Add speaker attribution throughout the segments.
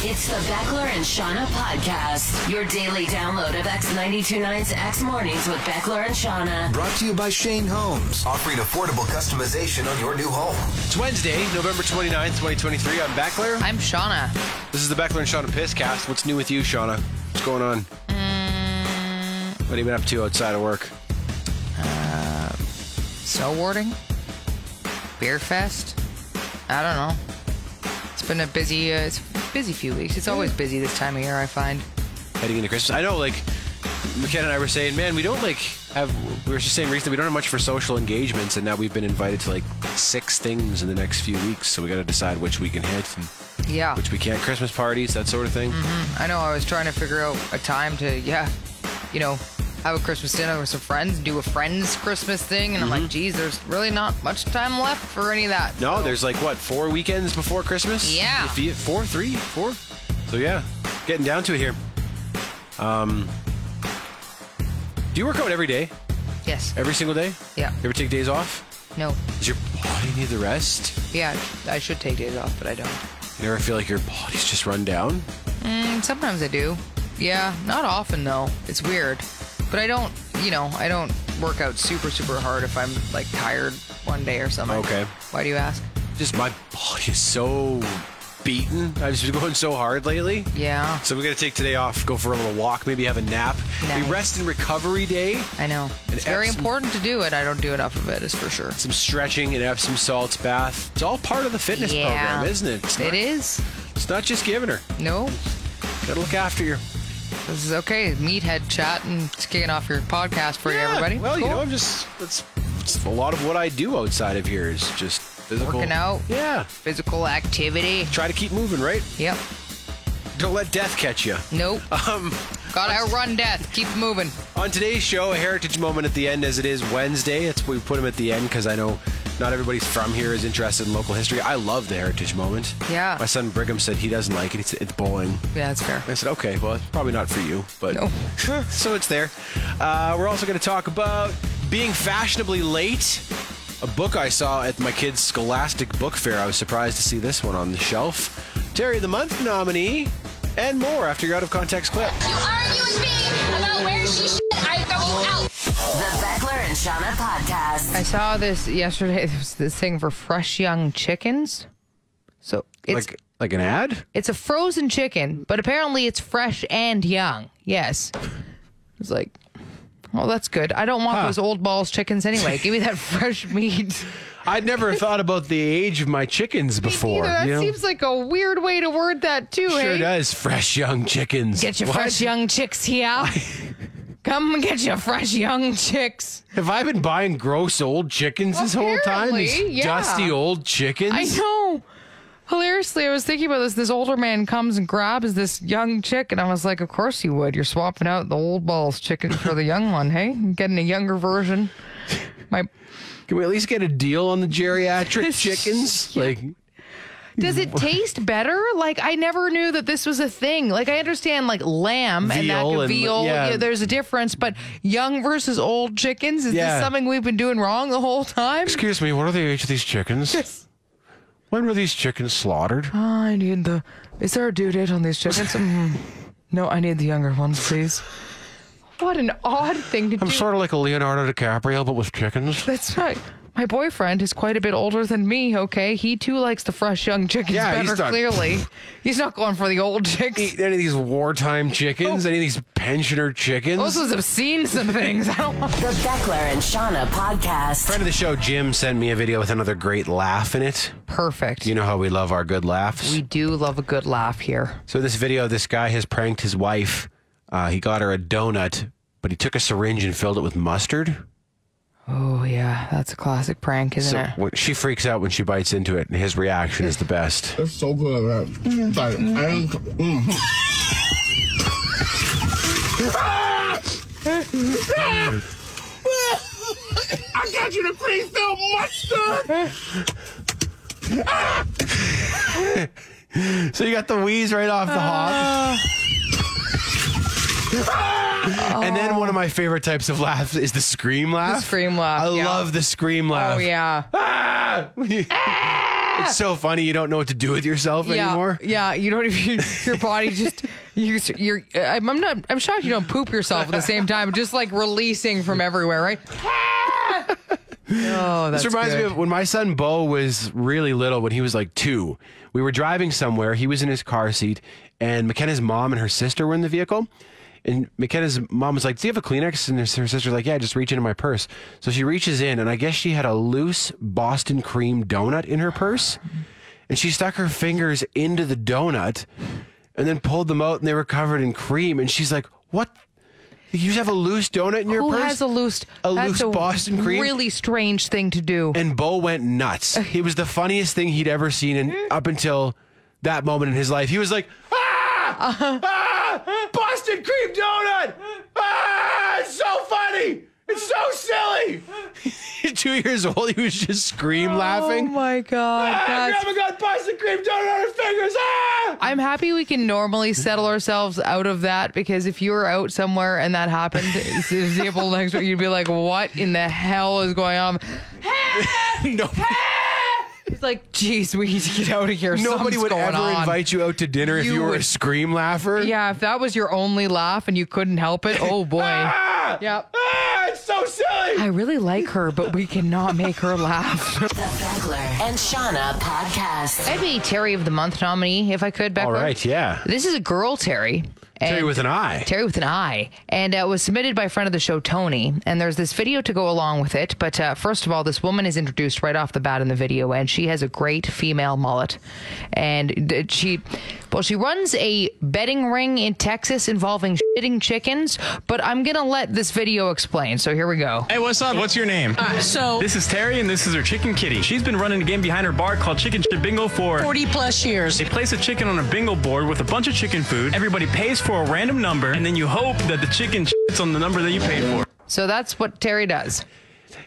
Speaker 1: It's the Beckler and Shauna podcast, your daily download of X92 Nights, X Mornings with Beckler and Shauna.
Speaker 2: Brought to you by Shane Holmes, offering affordable customization on your new home.
Speaker 3: It's Wednesday, November 29th, 2023. I'm Beckler.
Speaker 4: I'm Shauna.
Speaker 3: This is the Beckler and Shauna Pisscast. What's new with you, Shauna? What's going on?
Speaker 4: Mm.
Speaker 3: What have you been up to outside of work?
Speaker 4: Snowboarding? Beer fest? I don't know. It's been a busy, uh, it's a busy few weeks. It's
Speaker 3: Mm.
Speaker 4: always busy this time of year, I find.
Speaker 3: Heading into Christmas. I know, like, McKenna and I were saying, man, we don't, like, have, we were just saying recently, we don't have much for social engagements, and now we've been invited to, like, six things in the next few weeks, so we got to decide which we can hit and
Speaker 4: Yeah.
Speaker 3: which we can't. Christmas parties, that sort of thing.
Speaker 4: I know I was trying to figure out a time to, yeah, you know, have a Christmas dinner with some friends, do a friends Christmas thing. And I'm like,
Speaker 3: Mm-hmm.
Speaker 4: geez, there's really not much time left for any of that.
Speaker 3: No, there's, like, what, four weekends before Christmas?
Speaker 4: Yeah.
Speaker 3: If you- Four, three, four? So, yeah, getting down to it here. Um, do you work out every day?
Speaker 4: Yes.
Speaker 3: Every single day?
Speaker 4: Yeah.
Speaker 3: You ever take days off?
Speaker 4: No.
Speaker 3: Does your body need the rest?
Speaker 4: Yeah, I should take days off, but I don't.
Speaker 3: You ever feel like your body's just run down?
Speaker 4: Mm, sometimes I do. Yeah, not often though. It's weird. But I don't, you know, I don't work out super, super hard if I'm like tired one day or something.
Speaker 3: Okay.
Speaker 4: Why do you ask?
Speaker 3: Just my body is so beaten. I've just been going so hard lately.
Speaker 4: Yeah,
Speaker 3: So we're gonna take today off, go for a little walk, maybe have a nap.
Speaker 4: Nice.
Speaker 3: We rest and recovery day.
Speaker 4: I know. It's very
Speaker 3: abs-
Speaker 4: important to do it. I don't do enough of it, is for sure.
Speaker 3: Some stretching and Epsom salts bath. It's all part of the fitness
Speaker 4: Yeah.
Speaker 3: program, isn't it? It's
Speaker 4: It
Speaker 3: not,
Speaker 4: is.
Speaker 3: It's not just giving her.
Speaker 4: No,
Speaker 3: Gotta look after your
Speaker 4: this is okay. Meathead chat and it's kicking off your podcast for you,
Speaker 3: Yeah,
Speaker 4: everybody.
Speaker 3: Well, you
Speaker 4: Cool.
Speaker 3: know, I'm just that's, that's a lot of what I do outside of here is just physical.
Speaker 4: Working out.
Speaker 3: Yeah.
Speaker 4: physical activity.
Speaker 3: Try to keep moving, right?
Speaker 4: Yep.
Speaker 3: Don't let death catch you.
Speaker 4: Nope.
Speaker 3: Um,
Speaker 4: Gotta outrun death. Keep moving.
Speaker 3: on today's show, a heritage moment at the end, as it is Wednesday. That's we put them at the end because I know not everybody from here is interested in local history. I love the heritage moment.
Speaker 4: Yeah.
Speaker 3: My son Brigham said he doesn't like it. It's, it's bowling.
Speaker 4: Yeah, that's fair.
Speaker 3: I said, okay, well, it's probably not for you, but
Speaker 4: No.
Speaker 3: so it's there. Uh, we're also going to talk about being fashionably late. A book I saw at my kids' Scholastic Book Fair. I was surprised to see this one on the shelf. Terry of the Month nominee, and more after your out of context clip.
Speaker 5: You argue with me about where she should. I go out.
Speaker 1: The Beckler and Shauna podcast.
Speaker 4: I saw this yesterday. There was this thing for fresh young chickens. So it's
Speaker 3: Like like an ad?
Speaker 4: it's a frozen chicken, but apparently it's fresh and young. Yes. It's like, well, that's good. I don't want those old balls chickens anyway. Give me that fresh meat.
Speaker 3: I'd never thought about the age of my chickens before.
Speaker 4: Either, that
Speaker 3: you know?
Speaker 4: seems like a weird way to word that too.
Speaker 3: sure
Speaker 4: hey?
Speaker 3: does. Fresh young chickens.
Speaker 4: Get your
Speaker 3: What?
Speaker 4: fresh young chicks here. Come and get your fresh young chicks.
Speaker 3: Have I been buying gross old chickens this whole time? These
Speaker 4: Apparently, yeah.
Speaker 3: dusty old chickens.
Speaker 4: I know. Hilariously, I was thinking about this. This older man comes and grabs this young chick, and I was like, "Of course you would. You're swapping out the old balls chicken for the young one, hey? Getting a younger version." My
Speaker 3: Can we at least get a deal on the geriatric chickens? Like,
Speaker 4: does it taste better? Like I never knew that this was a thing. Like I understand like lamb and that
Speaker 3: Veal
Speaker 4: could-
Speaker 3: and-
Speaker 4: veal.
Speaker 3: yeah.
Speaker 4: yeah, there's a difference, but young versus old chickens is
Speaker 3: Yeah.
Speaker 4: this something we've been doing wrong the whole time?
Speaker 3: excuse me, what are the age of these chickens? When were these chickens slaughtered?
Speaker 4: I need the. Is there a due date on these chickens? Mm. No, I need the younger ones, please. What an odd thing to do.
Speaker 3: of like a Leonardo DiCaprio, but with chickens.
Speaker 4: That's right. My boyfriend is quite a bit older than me. Okay, he too likes the fresh young chickens
Speaker 3: Yeah,
Speaker 4: better.
Speaker 3: he's not-
Speaker 4: Clearly, he's not going for the old chicks.
Speaker 3: Eat any of these wartime chickens? Any of these pensioner chickens?
Speaker 4: Those ones have seen some things. I don't want.
Speaker 1: The Beckler and Shauna podcast.
Speaker 3: friend of the show, Jim, sent me a video with another great laugh in it.
Speaker 4: Perfect.
Speaker 3: You know how we love our good laughs.
Speaker 4: we do love a good laugh here.
Speaker 3: So this video, this guy has pranked his wife. Uh, he got her a donut, but he took a syringe and filled it with mustard.
Speaker 4: Oh yeah, that's a classic prank, isn't
Speaker 3: So
Speaker 4: it?
Speaker 3: when she freaks out when she bites into it, and his reaction is the best.
Speaker 6: It's so good, man. Like, I ain't- mm. I got you the Greenfield mustard.
Speaker 3: So you got the wheeze right off the hop. and then one of my favorite types of laughs is the scream laugh.
Speaker 4: scream laugh,
Speaker 3: I
Speaker 4: yeah.
Speaker 3: love the scream laugh.
Speaker 4: Oh yeah,
Speaker 3: Ah! it's so funny. You don't know what to do with yourself
Speaker 4: yeah,
Speaker 3: anymore.
Speaker 4: yeah. You don't even your body just you you're. I'm I'm not. I'm shocked you don't poop yourself at the same time. Just like releasing from everywhere, right? oh, that's
Speaker 3: This reminds me
Speaker 4: good.
Speaker 3: of when my son Bo was really little, when he was like two. We were driving somewhere. He was in his car seat, and McKenna's mom and her sister were in the vehicle. And McKenna's mom was like, Do you have a Kleenex? And her her sister's like, Yeah, just reach into my purse. So she reaches in, and I guess she had a loose Boston cream donut in her purse. And she stuck her fingers into the donut and then pulled them out, and they were covered in cream. And she's like, What? You just have a loose donut in your
Speaker 4: Who
Speaker 3: purse?
Speaker 4: has a loose
Speaker 3: a
Speaker 4: that's
Speaker 3: loose Boston cream?
Speaker 4: Really strange thing to do.
Speaker 3: and Bo went nuts. He was the funniest thing he'd ever seen, and
Speaker 4: Mm-hmm.
Speaker 3: up until that moment in his life, he was like, "Ah,
Speaker 4: Uh-huh.
Speaker 3: ah Boston cream donut! Ah, it's so funny! It's so silly!" Two years old, he was just scream
Speaker 4: oh
Speaker 3: laughing.
Speaker 4: my god,
Speaker 3: ah,
Speaker 4: that's
Speaker 3: Grandma got Boston cream donut on her fingers. Ah!
Speaker 4: I'm happy we can normally settle ourselves out of that because if you were out somewhere and that happened, it's an example next week, you'd be like, "What in the hell is going on?"
Speaker 3: No,
Speaker 4: It's like, "Geez, we need to get out of here."
Speaker 3: nobody
Speaker 4: Something's
Speaker 3: would
Speaker 4: going
Speaker 3: ever
Speaker 4: on.
Speaker 3: invite you out to dinner if
Speaker 4: You
Speaker 3: you, were a
Speaker 4: would-
Speaker 3: scream laugher.
Speaker 4: Yeah, if that was your only laugh and you couldn't help it, oh boy.
Speaker 3: Ah!
Speaker 4: Yep.
Speaker 3: Ah, it's so silly.
Speaker 4: I really like her, but we cannot make her laugh.
Speaker 1: The Beckler and Shauna podcast.
Speaker 4: I'd be Terry of the Month nominee if I could, Beckler.
Speaker 3: All right, yeah.
Speaker 4: This is a girl, Terry.
Speaker 3: Terry
Speaker 4: and-
Speaker 3: with an eye.
Speaker 4: Terry with an eye, and uh, it was submitted by a friend of the show, Tony. And there's this video to go along with it. But uh, first of all, this woman is introduced right off the bat in the video, and she has a great female mullet. And th- she, well, she runs a betting ring in Texas involving shitting chickens. But I'm gonna let this video explain. So here we go.
Speaker 7: Hey, what's up? What's your name?
Speaker 8: So
Speaker 7: This is Terry, and this is her chicken kitty. She's been running a game behind her bar called Chicken Shit Bingo for
Speaker 8: 40 plus years.
Speaker 7: They place a chicken on a bingo board with a bunch of chicken food. Everybody pays for a random number, and then you hope that the chicken shits on the number that you paid for.
Speaker 4: So that's what Terry does.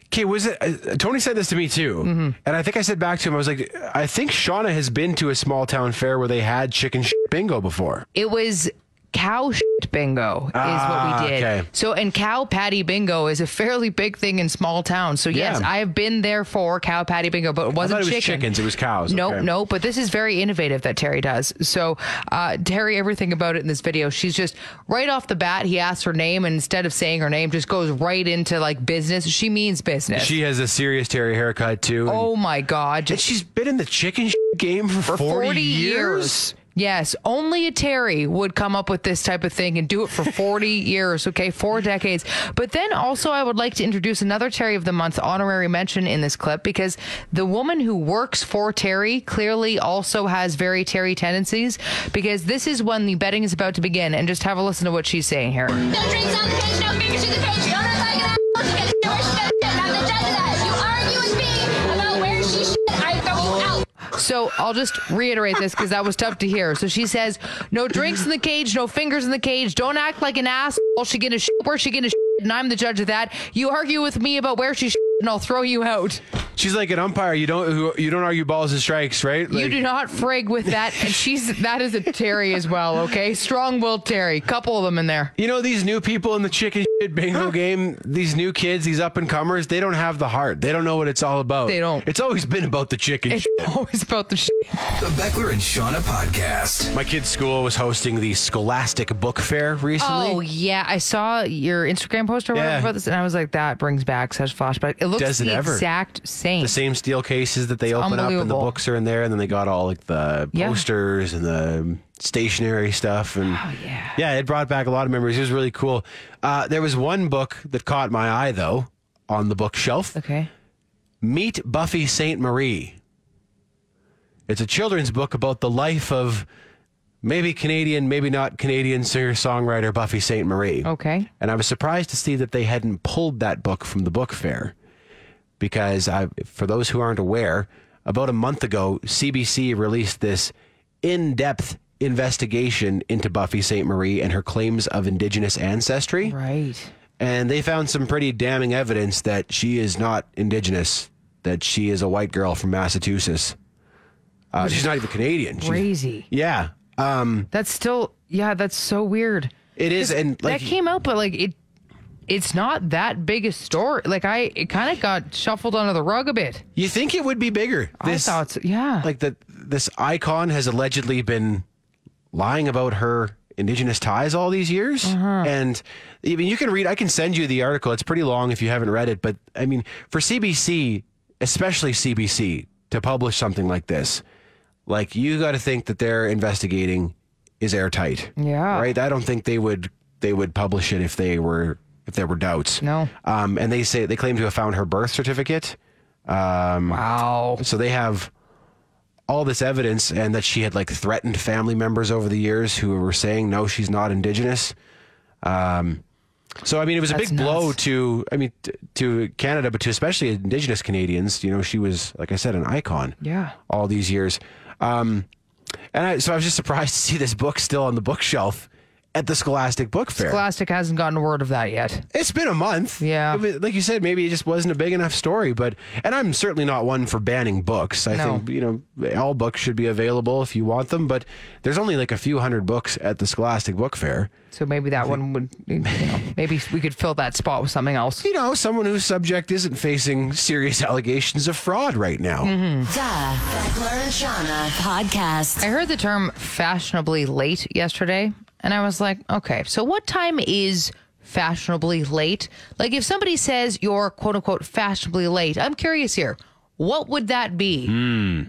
Speaker 3: Okay, was it? Uh, Tony said this to me too,
Speaker 4: Mm-hmm.
Speaker 3: and I think I said back to him. I was like, I think Shauna has been to a small town fair where they had chicken sh- bingo before.
Speaker 4: It was cow shit bingo is what
Speaker 3: Ah,
Speaker 4: we did.
Speaker 3: okay.
Speaker 4: So and cow patty bingo is a fairly big thing in small towns. So yes,
Speaker 3: Yeah.
Speaker 4: I have been there for cow patty bingo, but it wasn't
Speaker 3: it was
Speaker 4: chicken.
Speaker 3: chickens, it was cows,
Speaker 4: No,
Speaker 3: okay.
Speaker 4: no, but this is very innovative that Terry does. So uh, Terry, everything about it in this video, she's just right off the bat. He asks her name, and instead of saying her name, just goes right into like business. She means business.
Speaker 3: She has a serious Terry haircut too. and-
Speaker 4: oh my god,
Speaker 3: and she's been in the chicken sh- game for,
Speaker 4: for 40, years. Yes, only a Terry would come up with this type of thing and do it for 40 years, okay, four decades. But then also, I would like to introduce another Terry of the Month honorary mention in this clip because the woman who works for Terry clearly also has very Terry tendencies because this is when the betting is about to begin. And just have a listen to what she's saying here.
Speaker 5: No drinks on the page, no fingers to the page. You don't look like an asshole. You gotta know where she got shit. I'm the judge of that. You argue with me about where she shit. I throw you out.
Speaker 4: So I'll just reiterate this because that was tough to hear. So she says, "No drinks in the cage, no fingers in the cage. Don't act like an ass. She gonna sh- where she gonna sh- and I'm the judge of that. You argue with me about where she sh- and I'll throw you out.
Speaker 3: She's like an umpire. You don't who, you don't argue balls and strikes, right?
Speaker 4: you
Speaker 3: Like-
Speaker 4: do not frig with that." And she's that is a Terry as well. Okay, strong-willed Terry. Couple of them in there.
Speaker 3: You know these new people in the chicken shit bingo game, these new kids, these up and comers, they don't have the heart. They don't know what it's all about.
Speaker 4: They don't.
Speaker 3: It's always been about the chicken.
Speaker 4: It's
Speaker 3: shit.
Speaker 4: always about the. Sh-
Speaker 2: The Beckler and Shauna podcast.
Speaker 3: My kid's school was hosting the Scholastic Book Fair recently.
Speaker 4: Oh yeah, I saw your Instagram post or whatever
Speaker 3: Yeah.
Speaker 4: about this, and I was like, "That brings back such flashback." It looks
Speaker 3: Does it
Speaker 4: the
Speaker 3: ever.
Speaker 4: exact same.
Speaker 3: the same steel cases that they
Speaker 4: It's
Speaker 3: open up and the
Speaker 4: unbelievable.
Speaker 3: books are in there and then they got all like the
Speaker 4: Yeah.
Speaker 3: posters and the stationery stuff and
Speaker 4: Oh, yeah.
Speaker 3: it brought back a lot of memories it was really cool uh, there was one book that caught my eye though on the bookshelf
Speaker 4: Okay.
Speaker 3: meet buffy saint marie it's a children's book about the life of maybe canadian maybe not canadian singer-songwriter buffy saint marie
Speaker 4: Okay.
Speaker 3: and I was surprised to see that they hadn't pulled that book from the book fair. because I, for those who aren't aware, about a month ago, CBC released this in depth investigation into Buffy St. Marie and her claims of indigenous ancestry.
Speaker 4: Right.
Speaker 3: And they found some pretty damning evidence that she is not indigenous, that she is a white girl from Massachusetts. Uh, she's not even Canadian. She's-
Speaker 4: Crazy.
Speaker 3: yeah. Um,
Speaker 4: That's still yeah. That's so weird.
Speaker 3: it is. And like,
Speaker 4: that came out, but like it, it's not that big a story. Like I, it kind of got shuffled under the rug a bit.
Speaker 3: you think it would be bigger. This,
Speaker 4: I thought, yeah,
Speaker 3: like that this icon has allegedly been lying about her indigenous ties all these years
Speaker 4: Uh-huh.
Speaker 3: and i mean you can read i can send you the article it's pretty long if you haven't read it but i mean for cbc especially cbc to publish something like this like you got to think that their investigating is airtight
Speaker 4: Yeah.
Speaker 3: right i don't think they would they would publish it if they were if there were doubts
Speaker 4: No.
Speaker 3: um and they say they claim to have found her birth certificate
Speaker 4: wow.
Speaker 3: so they have all this evidence and that she had like threatened family members over the years who were saying no she's not indigenous um so i mean it was a
Speaker 4: That's
Speaker 3: big blow
Speaker 4: nuts.
Speaker 3: to i mean t- to canada but to especially indigenous canadians you know she was like i said an icon
Speaker 4: Yeah.
Speaker 3: all these years um and I, so i was just surprised to see this book still on the bookshelf at the scholastic book fair
Speaker 4: Scholastic hasn't gotten a word of that yet.
Speaker 3: it's been a month.
Speaker 4: Yeah.
Speaker 3: It was- Like you said, maybe it just wasn't a big enough story, but, and I'm certainly not one for banning books. I
Speaker 4: No.
Speaker 3: think, you know, all books should be available if you want them, but there's only like a few hundred books at the Scholastic Book Fair.
Speaker 4: So maybe that one would, you know, maybe we could fill that spot with something else.
Speaker 3: You know, someone whose subject isn't facing serious allegations of fraud right now.
Speaker 4: Mm-hmm.
Speaker 1: The Beckler and Shauna podcast.
Speaker 4: I heard the term fashionably late yesterday, and I was like, okay, so what time is fashionably late? Like, if somebody says you're quote unquote fashionably late, I'm curious here. What would that be?
Speaker 3: Hmm,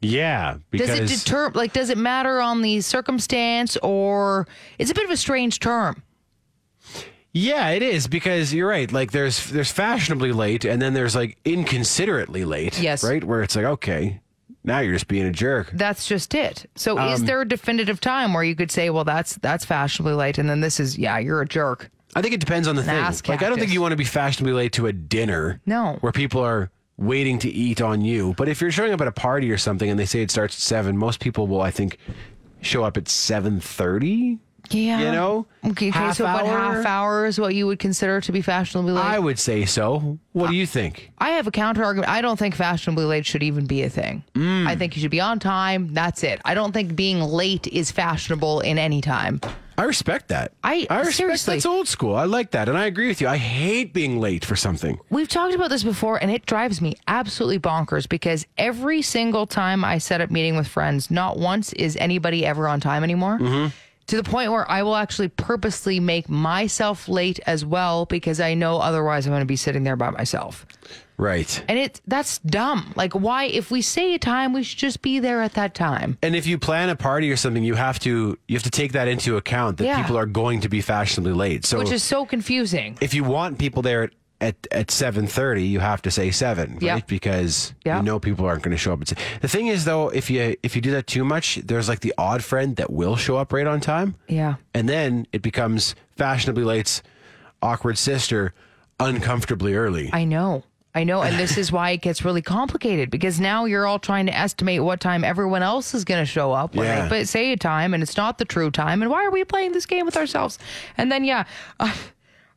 Speaker 3: Yeah.
Speaker 4: does it deter? Like, does it matter on the circumstance, or it's a bit of a strange term?
Speaker 3: Yeah, it is because you're right. Like there's there's fashionably late, and then there's like inconsiderately late.
Speaker 4: Yes.
Speaker 3: Right, where it's like okay, now you're just being a jerk.
Speaker 4: That's just it. So,
Speaker 3: Um,
Speaker 4: is there a definitive time where you could say, well, that's that's fashionably late, and then this is, yeah, you're a jerk.
Speaker 3: I think it depends on the thing.
Speaker 4: ass
Speaker 3: Like I don't
Speaker 4: cactus.
Speaker 3: think you want to be fashionably late to a dinner.
Speaker 4: No.
Speaker 3: Where people are waiting to eat on you. But if you're showing up at a party or something and they say it starts at seven, most people will I think show up at seven thirty.
Speaker 4: Yeah.
Speaker 3: You know?
Speaker 4: Okay, okay,
Speaker 3: Half
Speaker 4: so about
Speaker 3: hour?
Speaker 4: half hour is what you would consider to be fashionably late.
Speaker 3: I would say so. What do you think?
Speaker 4: I have a counter argument. I don't think fashionably late should even be a thing. I think you should be on time. That's it. I don't think being late is fashionable in any time.
Speaker 3: I respect that.
Speaker 4: I-
Speaker 3: I respect
Speaker 4: seriously.
Speaker 3: that's old school. I like that. And I agree with you. I hate being late for something.
Speaker 4: We've talked about this before, and it drives me absolutely bonkers because every single time I set up meeting with friends, not once is anybody ever on time anymore. To the point where I will actually purposely make myself late as well because I know otherwise I'm going to be sitting there by myself.
Speaker 3: Right.
Speaker 4: And it that's dumb. Like why if we say a time, we should just be there at that time.
Speaker 3: And if you plan a party or something, you have to you have to take that into account that
Speaker 4: Yeah.
Speaker 3: people are going to be fashionably late. So
Speaker 4: Which is so confusing.
Speaker 3: if you want people there at at, at seven thirty, you have to say seven,
Speaker 4: Yeah.
Speaker 3: right? Because
Speaker 4: Yeah.
Speaker 3: you know people aren't going to show up. At se- the thing is, though, if you if you do that too much, there's like the odd friend that will show up right on time.
Speaker 4: Yeah.
Speaker 3: and then it becomes fashionably late's awkward sister, uncomfortably early.
Speaker 4: I know. I know. And this is why it gets really complicated because now you're all trying to estimate what time everyone else is going to show up. When
Speaker 3: Yeah.
Speaker 4: they but say a time and it's not the true time. And why are we playing this game with ourselves? And then, yeah, uh,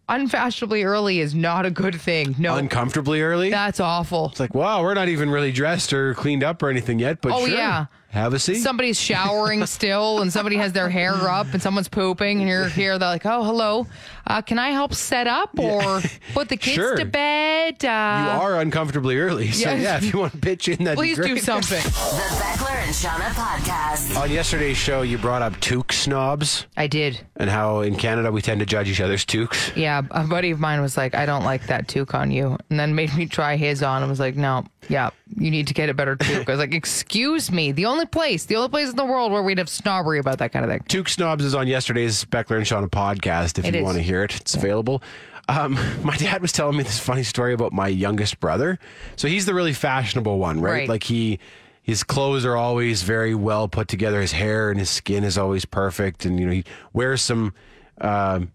Speaker 4: unfashionably early is not a good thing. No,
Speaker 3: uncomfortably early.
Speaker 4: that's awful.
Speaker 3: it's like, wow, we're not even really dressed or cleaned up or anything yet, but
Speaker 4: Oh,
Speaker 3: sure,
Speaker 4: yeah.
Speaker 3: have a seat.
Speaker 4: Somebody's showering still, and somebody has their hair up, and someone's pooping, and you're here. They're like, "Oh, hello, uh, can I help set up or put the kids
Speaker 3: Sure.
Speaker 4: to bed?" Uh,
Speaker 3: you are uncomfortably early, so
Speaker 4: Yes.
Speaker 3: yeah, if you want to pitch in, that'd
Speaker 4: please
Speaker 3: be great.
Speaker 4: do something.
Speaker 1: The Beckler and Shauna podcast.
Speaker 3: On yesterday's show, you brought up toque snobs.
Speaker 4: I did.
Speaker 3: and how in Canada we tend to judge each other's toques.
Speaker 4: Yeah, a buddy of mine was like, I don't like that toque on you. And then made me try his on and was like, no, yeah, you need to get a better toque. I was like, excuse me. The only place, the only place in the world where we'd have snobbery about that kind of thing.
Speaker 3: Toque Snobs is on yesterday's Beckler and Shauna podcast. If
Speaker 4: It
Speaker 3: you
Speaker 4: is.
Speaker 3: want to hear it, it's available. Um, my dad was telling me this funny story about my youngest brother. So he's the really fashionable one, right?
Speaker 4: Right.
Speaker 3: Like he, his clothes are always very well put together. His hair and his skin is always perfect, and you know he wears some. um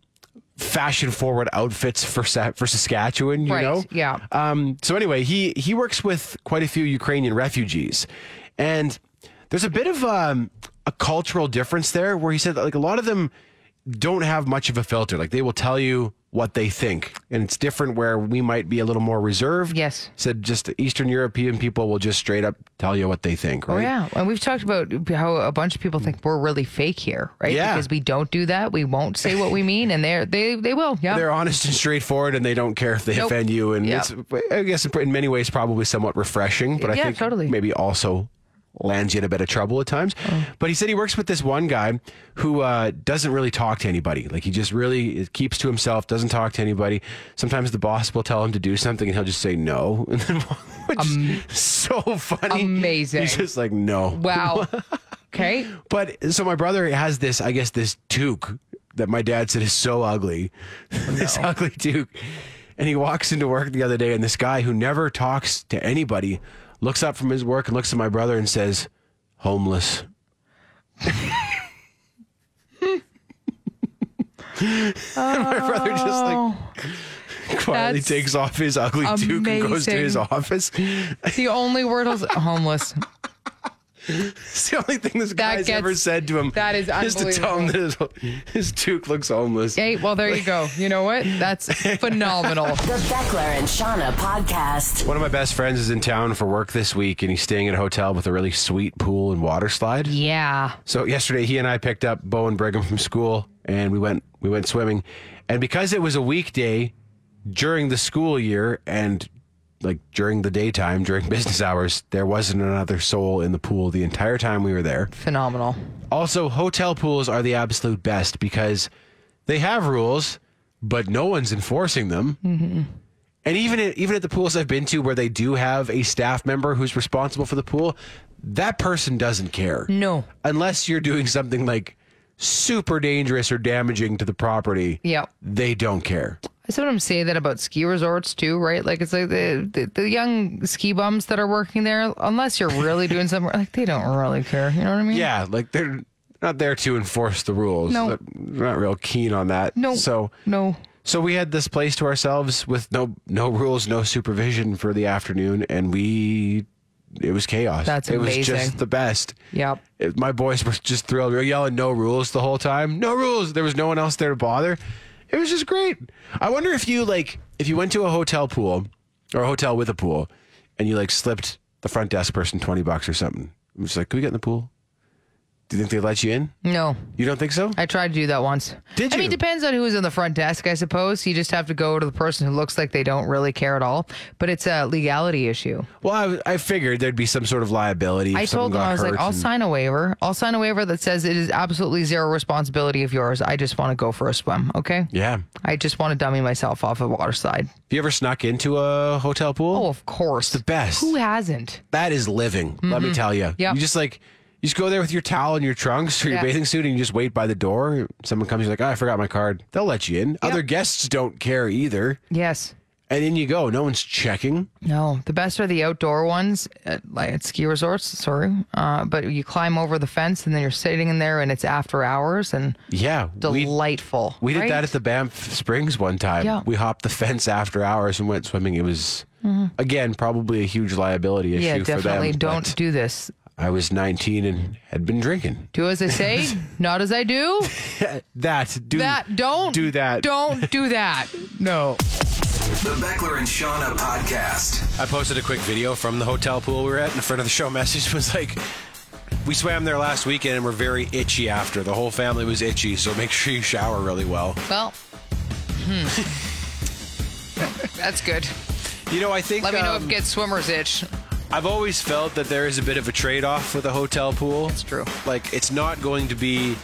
Speaker 3: fashion forward outfits for Sa- for Saskatchewan, you
Speaker 4: Right,
Speaker 3: know?
Speaker 4: yeah.
Speaker 3: Um, so anyway, he he works with quite a few Ukrainian refugees, and there's a bit of um, a cultural difference there, where he said that, like a lot of them don't have much of a filter. Like they will tell you what they think, and it's different where we might be a little more reserved.
Speaker 4: Yes.
Speaker 3: Said just Eastern European people will just straight up tell you what they think. Right.
Speaker 4: Oh yeah, and we've talked about how a bunch of people think we're really fake here, right?
Speaker 3: Yeah.
Speaker 4: Because we don't do that. We won't say what we mean, and they're they they will. Yeah.
Speaker 3: They're honest and straightforward, and they don't care if they
Speaker 4: Nope.
Speaker 3: offend you. And
Speaker 4: Yeah.
Speaker 3: it's, I guess, in many ways, probably somewhat refreshing. But I
Speaker 4: Yeah,
Speaker 3: think
Speaker 4: totally. Oh.
Speaker 3: maybe also lands you in a bit of trouble at times. But he said he works with this one guy who uh, doesn't really talk to anybody. Like he just really keeps to himself, doesn't talk to anybody. Sometimes the boss will tell him to do something, and he'll just say no, and then which is so funny,
Speaker 4: amazing.
Speaker 3: He's just like no,
Speaker 4: wow. okay.
Speaker 3: but so my brother has this, I guess, this toque that my dad said is so ugly. this ugly toque. And he walks into work the other day, and this guy who never talks to anybody looks up from his work and looks at my brother and says, homeless. And my brother just like quietly
Speaker 4: Oh. That's
Speaker 3: takes off his ugly toque and goes to his
Speaker 4: amazing.
Speaker 3: office. It's
Speaker 4: The only word is homeless.
Speaker 3: the only thing this guy's
Speaker 4: gets-
Speaker 3: ever said to him.
Speaker 4: that is
Speaker 3: Just to tell him that his, his toque looks homeless.
Speaker 4: Hey, well there you go. You know what? That's phenomenal.
Speaker 1: The Beckler and Shauna podcast.
Speaker 3: One of my best friends is in town for work this week, and he's staying at a hotel with a really sweet pool and water slide.
Speaker 4: Yeah.
Speaker 3: So yesterday, he and I picked up Bo and Brigham from school, and we went we went swimming. And because it was a weekday during the school year, and like during the daytime during business hours, there wasn't another soul in the pool the entire time we were there.
Speaker 4: Phenomenal.
Speaker 3: Also, hotel pools are the absolute best because they have rules, but no one's enforcing them.
Speaker 4: Mm-hmm.
Speaker 3: And even at, even at the pools I've been to where they do have a staff member who's responsible for the pool, that person doesn't care.
Speaker 4: No.
Speaker 3: Unless you're doing something like super dangerous or damaging to the property.
Speaker 4: Yeah.
Speaker 3: They don't care.
Speaker 4: I sometimes say that about ski resorts too, right? Like it's like the, the the young ski bums that are working there, unless you're really doing something, like they don't really care. You know what I mean?
Speaker 3: Yeah, like they're not there to enforce the rules.
Speaker 4: No.
Speaker 3: They're not real keen on that.
Speaker 4: No.
Speaker 3: So
Speaker 4: no.
Speaker 3: So we had this place to ourselves with no no rules, no supervision for the afternoon, and we it was chaos.
Speaker 4: That's
Speaker 3: it was
Speaker 4: amazing.
Speaker 3: just the best.
Speaker 4: Yep.
Speaker 3: It- my boys were just thrilled. We were yelling no rules the whole time. No rules. There was no one else there to bother. It was just great. I wonder if you like if you went to a hotel pool or a hotel with a pool and you like slipped the front desk person twenty bucks or something. I'm just like, can we get in the pool? Do you think they let you in?
Speaker 4: No.
Speaker 3: You don't think so?
Speaker 4: I tried to do that once.
Speaker 3: Did
Speaker 4: I mean,
Speaker 3: you?
Speaker 4: it depends on who's in the front desk, I suppose. You just have to go to the person who looks like they don't really care at all. But it's a legality issue.
Speaker 3: Well, I, I figured thered be some sort of liability. If
Speaker 4: I
Speaker 3: someone
Speaker 4: told them,
Speaker 3: got
Speaker 4: I was like,
Speaker 3: hurt
Speaker 4: I'll
Speaker 3: and-
Speaker 4: sign a waiver. I'll sign a waiver that says it is absolutely zero responsibility of yours. I just want to go for a swim, okay?
Speaker 3: Yeah. Have
Speaker 4: I just want to dummy myself off a water slide.
Speaker 3: you ever snuck into a hotel
Speaker 4: Oh,
Speaker 3: pool?
Speaker 4: of course. The
Speaker 3: best.
Speaker 4: Who hasn't?
Speaker 3: that is living. Let me tell you.
Speaker 4: Yep.
Speaker 3: You just like you just go there with your towel and your trunks or your
Speaker 4: Yeah.
Speaker 3: bathing suit, and you just wait by the door. Someone comes, you're like, oh, I forgot my card. They'll let you in. Other guests don't care either,
Speaker 4: Yes.
Speaker 3: and in you go. No one's checking.
Speaker 4: No, the best are the outdoor ones, at, like at ski resorts. Sorry, uh, but you climb over the fence and then you're sitting in there, and it's after hours and
Speaker 3: Yeah. we-
Speaker 4: delightful.
Speaker 3: We did
Speaker 4: right?
Speaker 3: that at the Banff Springs one time.
Speaker 4: Yeah.
Speaker 3: We hopped the fence after hours and went swimming. It was, again, probably a huge liability issue
Speaker 4: Mm-hmm. yeah,
Speaker 3: for them.
Speaker 4: definitely. Don't
Speaker 3: but
Speaker 4: do this.
Speaker 3: I was 19 and had been drinking.
Speaker 4: Do as I say, not as I do.
Speaker 3: That do
Speaker 4: That don't
Speaker 3: do that.
Speaker 4: Don't do that. No.
Speaker 2: The Beckler and Shauna podcast.
Speaker 3: I posted a quick video from the hotel pool we were at, and a friend of the show message was like, "We swam there last weekend and we're very itchy after. The whole family was itchy, so make sure you shower really well."
Speaker 4: Well, hmm. that's good.
Speaker 3: You know, I think
Speaker 4: Let me know if
Speaker 3: um,
Speaker 4: it gets swimmer's itch.
Speaker 3: I've always felt that there is a bit of a trade-off with a hotel pool. It's
Speaker 4: true.
Speaker 3: Like it's not going to be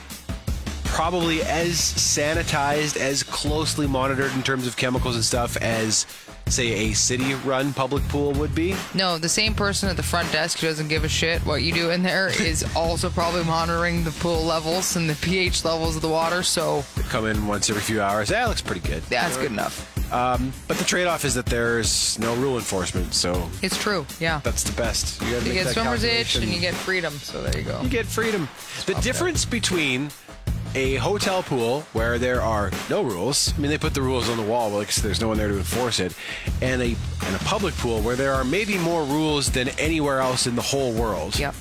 Speaker 3: probably as sanitized, as closely monitored in terms of chemicals and stuff as say a city-run public pool would be.
Speaker 4: No, the same person at the front desk who doesn't give a shit what you do in there is also probably monitoring the pool levels and the pH levels of the water. So
Speaker 3: come in once every few hours. That looks pretty good.
Speaker 4: that's good enough.
Speaker 3: But the trade-off is that there's no rule enforcement, so
Speaker 4: It's true. Yeah.
Speaker 3: that's the best. You, gotta
Speaker 4: You
Speaker 3: make
Speaker 4: get
Speaker 3: that
Speaker 4: swimmer's itch
Speaker 3: calculation.
Speaker 4: and you get freedom. So there you go.
Speaker 3: You get freedom. The difference between a hotel pool where there are no rules. I mean, they put the rules on the wall, like so there's no one there to enforce it, and a and a public pool where there are maybe more rules than anywhere else in the whole world.
Speaker 4: Yep.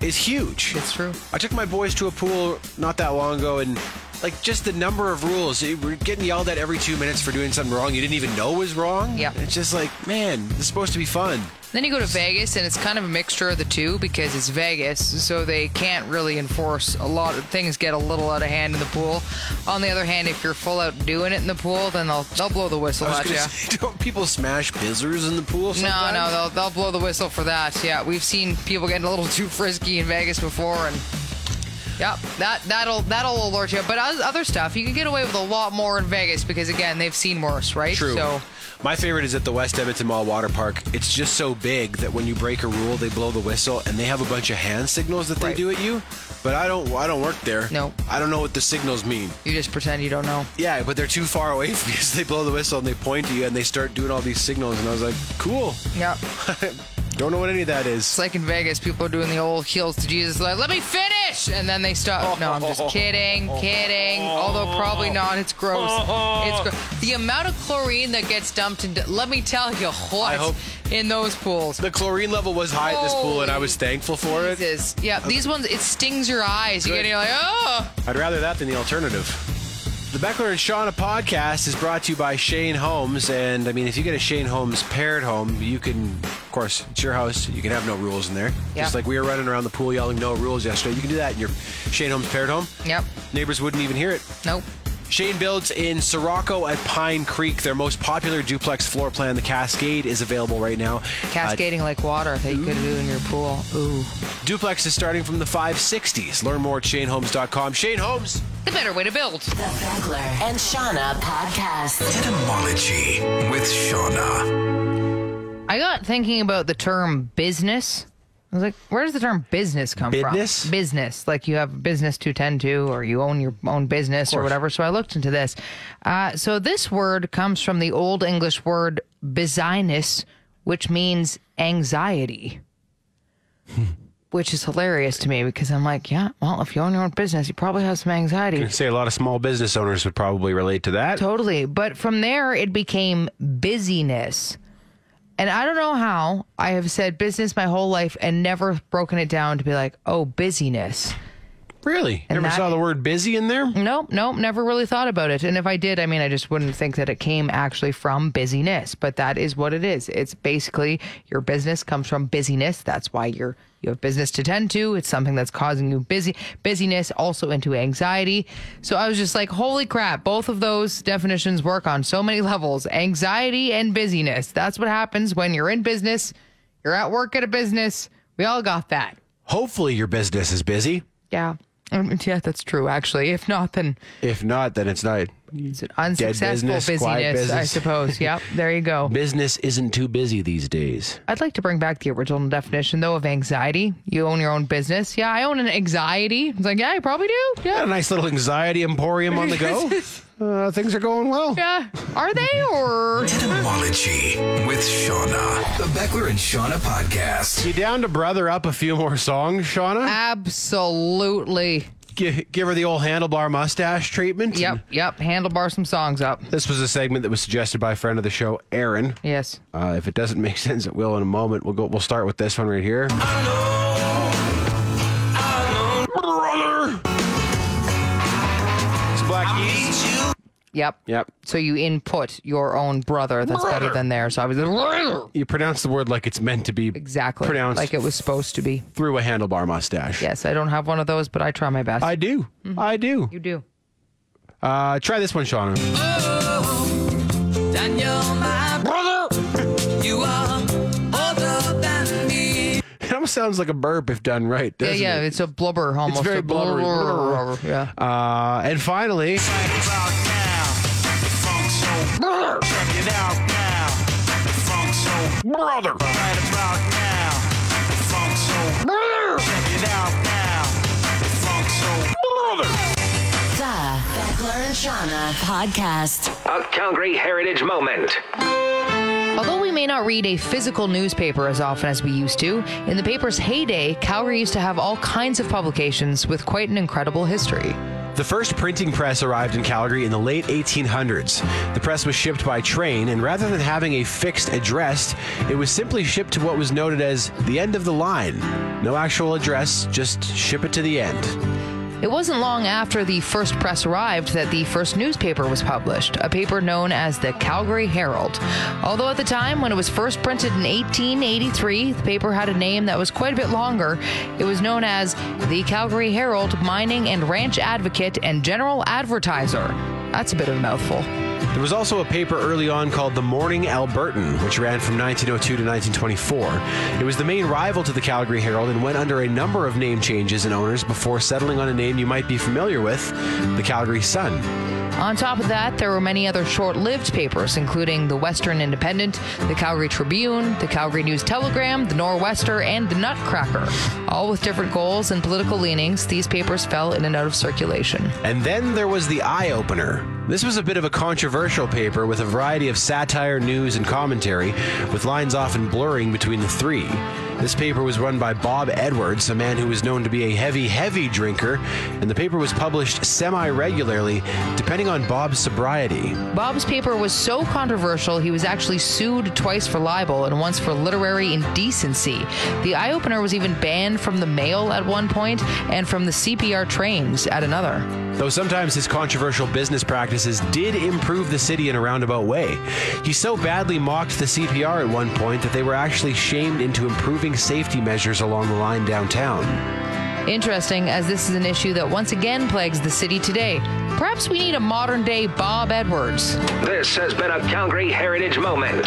Speaker 3: Is huge.
Speaker 4: It's true.
Speaker 3: I took my boys to a pool not that long ago, and like just the number of rules, you we're getting yelled at every two minutes for doing something wrong you didn't even know was wrong.
Speaker 4: Yep.
Speaker 3: It's just like, man, this is supposed to be fun.
Speaker 4: Then you go to Vegas, and it's kind of a mixture of the two because it's Vegas, so they can't really enforce a lot of things. Get a little out of hand in the pool. On the other hand, if you're full out doing it in the pool, then they'll they'll blow the whistle
Speaker 3: I was
Speaker 4: at you.
Speaker 3: gonna say, don't people smash bizzers in the pool?
Speaker 4: No,
Speaker 3: Sometimes?
Speaker 4: no, they'll they'll blow the whistle for that. Yeah, we've seen people getting a little too frisky in Vegas before, and yep, that that'll that'll alert you. But oth- other stuff, you can get away with a lot more in Vegas because again, they've seen worse, right?
Speaker 3: True.
Speaker 4: So
Speaker 3: My favorite is at the West Edmonton Mall Water Park. It's just so big that when you break a rule, they blow the whistle, and they have a bunch of hand signals that they
Speaker 4: Right.
Speaker 3: do at you. But I don't, I don't work there.
Speaker 4: No.
Speaker 3: I don't know what the signals mean.
Speaker 4: you just pretend you don't know.
Speaker 3: Yeah, but they're too far away from you, so they blow the whistle and they point to you, and they start doing all these signals. And I was like, cool.
Speaker 4: Yep.
Speaker 3: Don't know what any of that is.
Speaker 4: It's like in Vegas, people are doing the old heels to Jesus, like "Let me finish," and then they stop. No, I'm just kidding, kidding. Although probably not. It's gross. It's gro- the amount of chlorine that gets dumped into. Let me tell you what
Speaker 3: I hope-
Speaker 4: in those pools.
Speaker 3: the chlorine level was high at this pool, and I
Speaker 4: Holy
Speaker 3: was thankful for it.
Speaker 4: Jesus. Yeah, these ones, it stings your eyes. You
Speaker 3: Good.
Speaker 4: get you're like, oh.
Speaker 3: I'd rather that than the alternative. The Beckler and Shauna podcast is brought to you by Shane Holmes. And I mean, if you get a Shane Holmes paired home, you can, of course, it's your house. You can have no rules in there.
Speaker 4: Yeah.
Speaker 3: Just like we were running around the pool yelling no rules yesterday. You can do that in your Shane Holmes paired home.
Speaker 4: Yep.
Speaker 3: Neighbors wouldn't even hear it.
Speaker 4: Nope.
Speaker 3: Shane builds in Sirocco at Pine Creek. Their most popular duplex floor plan, the Cascade, is available right now. Uh,
Speaker 4: Cascading like water that you could do in your pool. Ooh.
Speaker 3: duplex is starting from the 560s. Learn more at shaneholmes.com. Shane Holmes.
Speaker 4: The better way to build.
Speaker 1: The Beckler and Shauna podcast.
Speaker 2: Etymology with Shauna.
Speaker 4: I got thinking about the term business. I was like, where does the term business come
Speaker 3: Business?
Speaker 4: from? Business. Like you have business 210 to, or you own your own business or whatever. So I looked into this. Uh, so this word comes from the Old English word business, which means anxiety. Which is hilarious to me because I'm like, yeah, well, if you own your own business, you probably have some anxiety.
Speaker 3: Say a lot of small business owners would probably relate to that.
Speaker 4: Totally. But from there, it became busyness. And I don't know how I have said business my whole life and never broken it down to be like, oh, busyness.
Speaker 3: Really?
Speaker 4: And
Speaker 3: Never
Speaker 4: that-
Speaker 3: saw the word busy in there?
Speaker 4: Nope, nope, never really thought about it. And if I did, I mean, I just wouldn't think that it came actually from busyness, but that is what it is. It's basically your business comes from busyness. That's why you're you have business to tend to. It's something that's causing you busy busyness also into anxiety. So I was just like, holy crap, both of those definitions work on so many levels. Anxiety and busyness. That's what happens when you're in business, you're at work at a business. We all got that.
Speaker 3: Hopefully your business is busy.
Speaker 4: Yeah. Um, Yeah, that's true, actually. If not, then
Speaker 3: If not, then it's not.
Speaker 4: It's an unsuccessful
Speaker 3: business, quiet
Speaker 4: busyness, I
Speaker 3: business.
Speaker 4: suppose. yep, there you go.
Speaker 3: Business isn't too busy these days.
Speaker 4: I'd like to bring back the original definition, though, of anxiety. You own your own business. Yeah, I own an anxiety. It's like, yeah, I probably do.
Speaker 3: Got
Speaker 4: Yeah.
Speaker 3: a nice little anxiety emporium on the go. Uh, things are going well.
Speaker 4: Yeah. Are they or
Speaker 2: Etymology with Shauna. The Beckler and Shauna podcast.
Speaker 3: You down to brother up a few more songs, Shauna?
Speaker 4: absolutely?
Speaker 3: Gi- give her the old handlebar mustache treatment.
Speaker 4: Yep, yep. Handlebar some songs up.
Speaker 3: This was a segment that was suggested by a friend of the show, Aaron.
Speaker 4: Yes.
Speaker 3: Uh, if it doesn't make sense, it will in a moment. We'll go. We'll start with this one right here.
Speaker 4: Uh.
Speaker 3: It's Black Keys.
Speaker 4: Yep.
Speaker 3: Yep.
Speaker 4: So you input your own brother. That's better than theirs. I was like,
Speaker 3: You pronounce the word like it's meant to be
Speaker 4: exactly
Speaker 3: pronounced
Speaker 4: like it was supposed to be.
Speaker 3: through a handlebar mustache.
Speaker 4: Yes, Mm-hmm. I don't have one of those, but I try my best.
Speaker 3: I do. I do.
Speaker 4: you do.
Speaker 3: Uh, try this one, Shauna. It almost sounds like a burp if done right,
Speaker 4: Yeah,
Speaker 3: doesn't
Speaker 4: yeah.
Speaker 3: it?
Speaker 4: It's a blubber almost.
Speaker 3: very
Speaker 4: a
Speaker 3: blubbery.
Speaker 4: Yeah.
Speaker 3: Uh, and finally,
Speaker 1: The Beckler and Shauna podcast.
Speaker 8: A Calgary Heritage Moment.
Speaker 4: Although we may not read a physical newspaper as often as we used to, in the paper's heyday, Calgary used to have all kinds of publications with quite an incredible history.
Speaker 3: The first printing press arrived in Calgary in the late 1800s. The press was shipped by train, and rather than having a fixed address, it was simply shipped to what was noted as the end of the line. No actual address, just ship it to the end.
Speaker 4: It wasn't long after the first press arrived that the first newspaper was published, a paper known as the Calgary Herald. Although at the time when it was first printed in 1883, the paper had a name that was quite a bit longer. It was known as the Calgary Herald Mining and Ranch Advocate and General Advertiser. That's a bit of a mouthful.
Speaker 3: There was also a paper early on called The Morning Albertan, which ran from 1902 to 1924. It was the main rival to the Calgary Herald and went under a number of name changes and owners before settling on a name you might be familiar with the Calgary Sun.
Speaker 4: On top of that, there were many other short lived papers, including the Western Independent, the Calgary Tribune, the Calgary News Telegram, the Nor'wester, and the Nutcracker. All with different goals and political leanings, these papers fell in and out of circulation.
Speaker 3: And then there was the Eye Opener. This was a bit of a controversial paper with a variety of satire, news, and commentary, with lines often blurring between the three. This paper was run by Bob Edwards, a man who was known to be a heavy, heavy drinker, and the paper was published semi regularly, depending on Bob's sobriety.
Speaker 4: Bob's paper was so controversial, he was actually sued twice for libel and once for literary indecency. The eye opener was even banned from the mail at one point and from the CPR trains at another.
Speaker 3: Though sometimes his controversial business practices did improve the city in a roundabout way. He so badly mocked the CPR at one point that they were actually shamed into improving safety measures along the line downtown.
Speaker 4: Interesting, as this is an issue that once again plagues the city today. Perhaps we need a modern day Bob Edwards.
Speaker 8: This has been a Calgary Heritage Moment.